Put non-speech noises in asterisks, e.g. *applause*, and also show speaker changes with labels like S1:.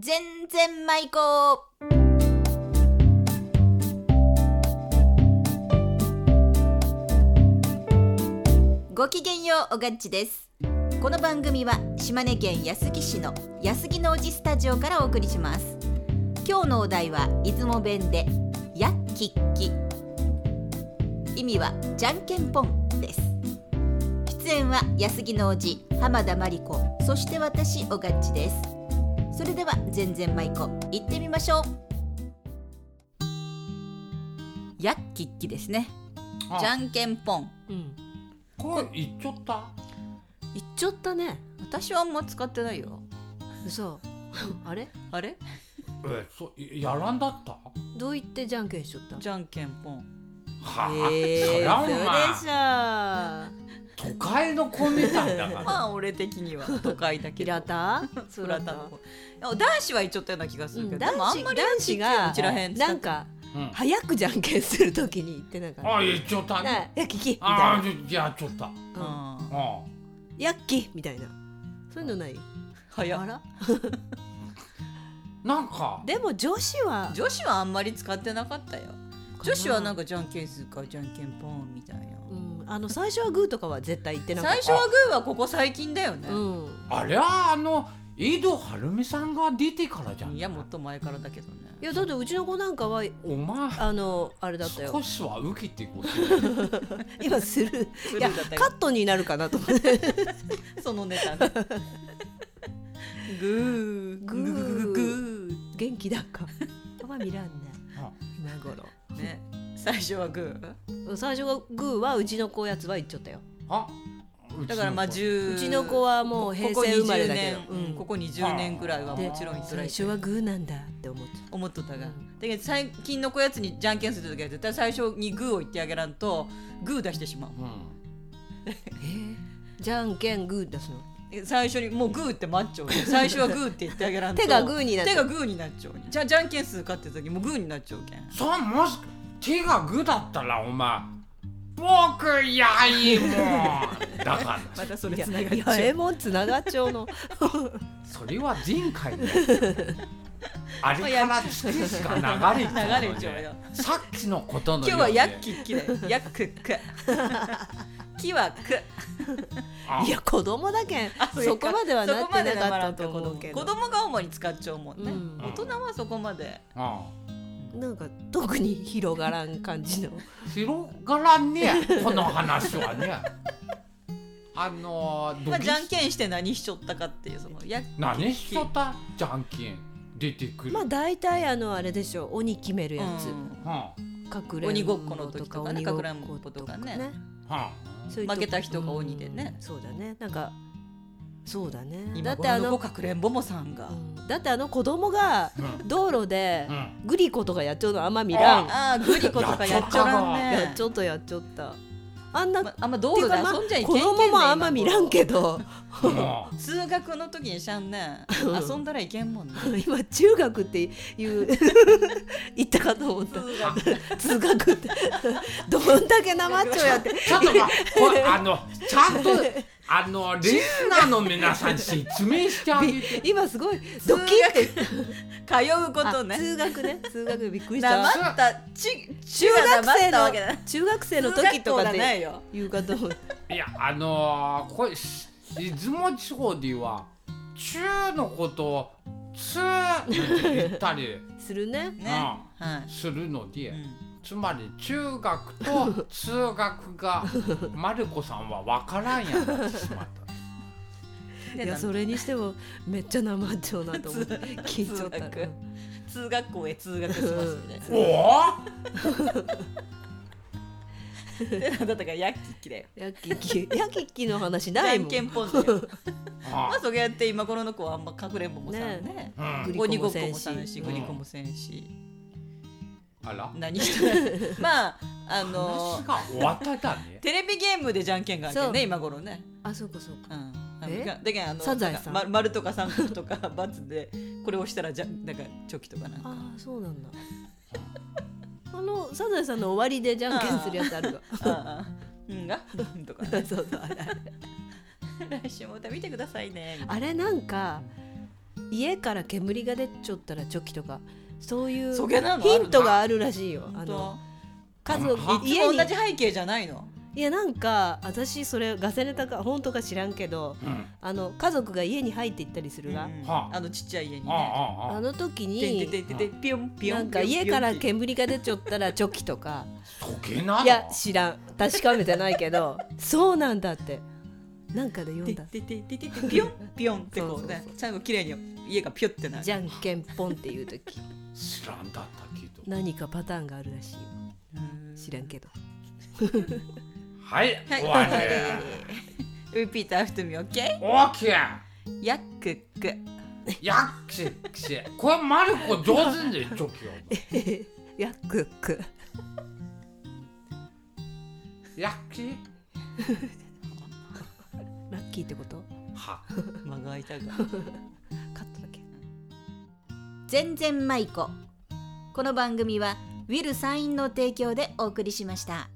S1: 全然舞妓ごきげんようおがっちですこの番組は島根県安来市の安来のおじスタジオからお送りします今日のお題は出雲弁でやっきっき意味はじゃんけんぽんです出演は安来のおじ浜田真理子そして私おがっちですそれでは全然舞子行ってみましょうやっきっきですねじゃ
S2: ん、
S1: んけんぽん
S2: うん、
S3: これ言っちゃった
S2: 行っちゃったね
S1: 私はあんま使ってないよ
S2: 嘘 *laughs* あれ
S1: あれ
S3: えそういやらんだった
S2: どう言ってじゃんけんしちゃった
S1: じゃんけんぽん
S3: はあ、
S1: え
S3: *laughs* そりゃお前
S1: そうでし
S3: 都
S1: ょ
S3: 会の子みたいだか
S1: ま *laughs*
S3: ら
S1: あ俺的には都会だけど
S2: *laughs* 平田
S1: 浦田の方いや男子は言っちゃったような気がす
S2: う
S1: るけ
S2: ん、
S1: ど、でも
S2: 男
S1: あん
S2: 子
S1: まり
S2: 男子が
S1: うちらへん使っ
S2: な
S1: て
S2: んか
S3: うん
S2: 早くじゃんけんするときに言ってなんか
S3: あ言っちゃった
S2: な
S3: ね
S2: やっききみたい
S3: あ
S2: な
S3: ーじゃやっちゃった
S1: う
S2: うん
S1: ん
S3: う
S2: やっきみたいなそういうのない
S1: 早
S2: あ
S1: っ
S2: ら
S3: んなんか
S2: でも女子は
S1: 女子はあんまり使ってなかったよ女子はなんかじゃんけんするかじゃんけんぽんみたいな、
S2: うん、あの最初はグーとかは絶対言ってなかっ
S1: 最初はグーはここ最近だよね
S2: た、、うん、
S3: あれはあの井戸晴美さんが出てからじゃん
S1: いやもっと前からだけどね
S2: いやだってうちの子なんかは
S3: お前
S2: あのあれだったよ
S3: 少しは受けてこそ
S2: 今する
S1: スル
S2: い
S1: ー
S2: や
S1: だったよ
S2: カットになるかなと思って
S1: そのネタねグ
S2: グー
S1: ーグーグーグーグ
S2: 元気だんか *laughs* あんま見らんね今頃
S1: ーね最初はグー
S2: 最初がグーはうちの子やつは言っちゃったよ
S3: あうちの子
S1: だからまあ
S2: う
S1: 10
S2: ちの子はもう平
S1: ここ
S2: 成生まれだけど
S1: 20年うんここ20年ぐらいはもちろん言っ
S2: 最
S1: とられて
S2: 初はグーなんだって思っちゃっ
S1: 思っとったが、
S2: う
S1: だ
S2: ん
S1: けど最近の子やつにじゃんけんするときは絶対最初にグーを言ってあげらんとグー出してしまう
S3: うん
S2: たじゃんけんグー出すの
S1: 最初にもうグーって待っちゃ
S2: *laughs*
S1: うね最初はグーって言ってあげらんと
S2: 手がグーになっちゃう
S1: *laughs* 手がグーになっちゃうねじゃあじゃんけんするかって時もうグーになっちゃうけん
S3: そうもし手がグだったらお前僕やいもんだから
S1: またそれ
S2: いや
S1: つながっち
S2: 八右
S1: ゃ
S2: 衛
S1: う
S2: 門つながっちゃうの
S3: それは前回ね *laughs* あれから月しか流れちゃう,、ね、
S1: 流れちゃうよ
S3: さっきのことの
S1: 今日はやっきっきだよやっくっ
S2: *laughs*
S1: くきはく
S3: あ
S2: *laughs* いや子供だけん
S1: あういう
S2: そこまではなってなかったと思うけど
S1: 子供が主に使っちゃうもんね、
S2: うん
S1: 大人はそこまで
S3: あ
S2: なんか特に広がらん感じ *laughs* の
S3: 広がらんねこの話は
S1: *laughs*
S3: ねあのー、
S1: まあ、じゃん
S3: ん
S1: けんして何しちょったかっていうそのやっきっき
S3: 何しとったじゃんけん出てくる、
S2: まあ大体あのあれでしょ鬼決めるやつ、
S1: うん
S3: うんは
S2: かくれ
S1: 鬼
S2: んぼ
S1: ごっこの時とかね
S2: 鬼ごっ
S1: かくれんぼとかね
S3: あ
S2: そういう時
S1: 負けた人が鬼でね
S2: うんそうだねなんかそうだねだ
S1: 今
S2: ってあ
S1: 頃の
S2: の
S1: ごかくれんぼもさんが、
S2: うんだってあの子供が
S3: うん
S2: 道路で
S3: うん
S2: グリコとかやっちゃうのあんま見らん
S1: ああグリコとかやっちゃらんね
S2: やっちょっとやっちょったあんな、
S1: まあんま道路で遊んじゃいけんけんね
S2: 子供もあんま見らんけど
S1: *laughs*
S3: もう
S1: 通学の時にしゃんね
S2: うん
S1: 遊んだらいけんもんね
S2: *laughs* 今中学っていう言ったかと思った通
S1: 通学
S2: 学って *laughs* どんだけなまっちょうやって
S3: ちょっとまあこれあのちゃんとあのリスナーの皆さんに説明してあげて
S2: 今すごいドキッて
S1: 通うこと
S2: あ
S1: ね
S2: 通学ね通学びっくりし
S1: 黙
S2: た
S1: ったち
S2: 中
S1: 中
S2: 学生
S1: 生
S2: の
S1: わけだ
S2: 中学生の時とか
S1: 通学校じゃない
S2: で
S1: よ
S2: 言うかと思
S1: *laughs*
S2: った
S3: いやあのー、これし出雲地方では中のことをつーって言ったり
S2: するね
S1: *laughs* ねはい
S3: するので、
S1: うん
S3: つまり中学と通学がマルコさんは分からんやなってしま
S1: *laughs*
S3: った。
S1: で
S2: いやそれにしてもめっちゃなまっちゃうなと思っ
S1: *laughs*
S2: て緊張った
S1: 通学
S2: ら
S1: 通学校へ通学しますね
S3: おお
S1: でなんだったからやっきっきだよ
S2: やききやききの話
S1: じ
S2: な
S1: ゃ
S2: い
S1: ん
S2: もん
S1: けんぽんだよまあ
S3: あ
S1: それやって今頃の子はあんまかくれんぼもさんね
S3: あう
S2: グ
S3: ん
S2: リ
S1: 鬼ごっこもさんし
S2: うん
S1: グリコもせんし
S3: あら
S1: 何
S2: *laughs*
S1: してないまああの
S3: 話が終わっただね。
S1: テレビゲームでじゃんけんがあるけど
S2: そ
S1: ね今頃ね
S2: あそうかそう
S1: う
S2: か
S1: ん
S2: え
S1: だけどあの
S2: サザエさん
S1: なんかま丸とか三角とか *laughs* バツでこれ押したらじゃなんかチョキとかなんか
S2: ああそうなんだあのサザエさんの終わりでじゃんけんするやつある
S1: ああうんが *laughs* うんと
S2: *laughs*
S1: か
S2: がそうそうあれ
S1: 来週も歌見てくださいね
S2: あれなんか家から煙が出ちゃったらチョキとかそういう
S1: そげなのあ
S2: ヒ
S1: るんだ
S2: ントがあるらしいよあの
S1: 本当
S2: 家
S3: あ
S2: 族
S3: の
S1: いつ
S2: 家
S1: も
S2: に
S1: 同じ背景じゃないの
S2: いやなんか私それガセネタか本当か知らんけど
S3: うん
S2: あの家族が家に入っていったりするが、
S1: うん
S3: はあ
S1: あのちっちゃい家に
S3: あ
S1: ね
S3: ああ
S2: あ
S3: あ
S2: の時
S1: でで
S2: に
S1: でででピヨンピヨン
S2: なんか家から煙が出ちゃったらチョキと
S1: *laughs*
S2: か
S3: そげなの
S2: いや知らん確かめてないけどそうなんだってなんかで読んだ
S1: でででででピヨンピヨンってこ
S2: そううそう
S1: ね
S2: そ
S1: 最後綺麗に家がピヨってなる
S2: じゃんけんぽんっていう時
S3: 知らんだったけど
S2: 何かパターンがあるらしいよ
S1: うん
S2: 知らんけど
S3: はい
S1: はい
S3: 終わり
S1: Repeat after me, okay?
S3: オッケー
S1: ヤックック
S3: やっくしくしこれマルコ上手にチョキを
S2: やっくっく
S3: やっき
S2: ラッキーってこと
S3: は
S1: 間が空い
S2: *laughs*
S1: たが
S2: カットだけ
S4: 全然舞子この番組はウィルサインの提供でお送りしました。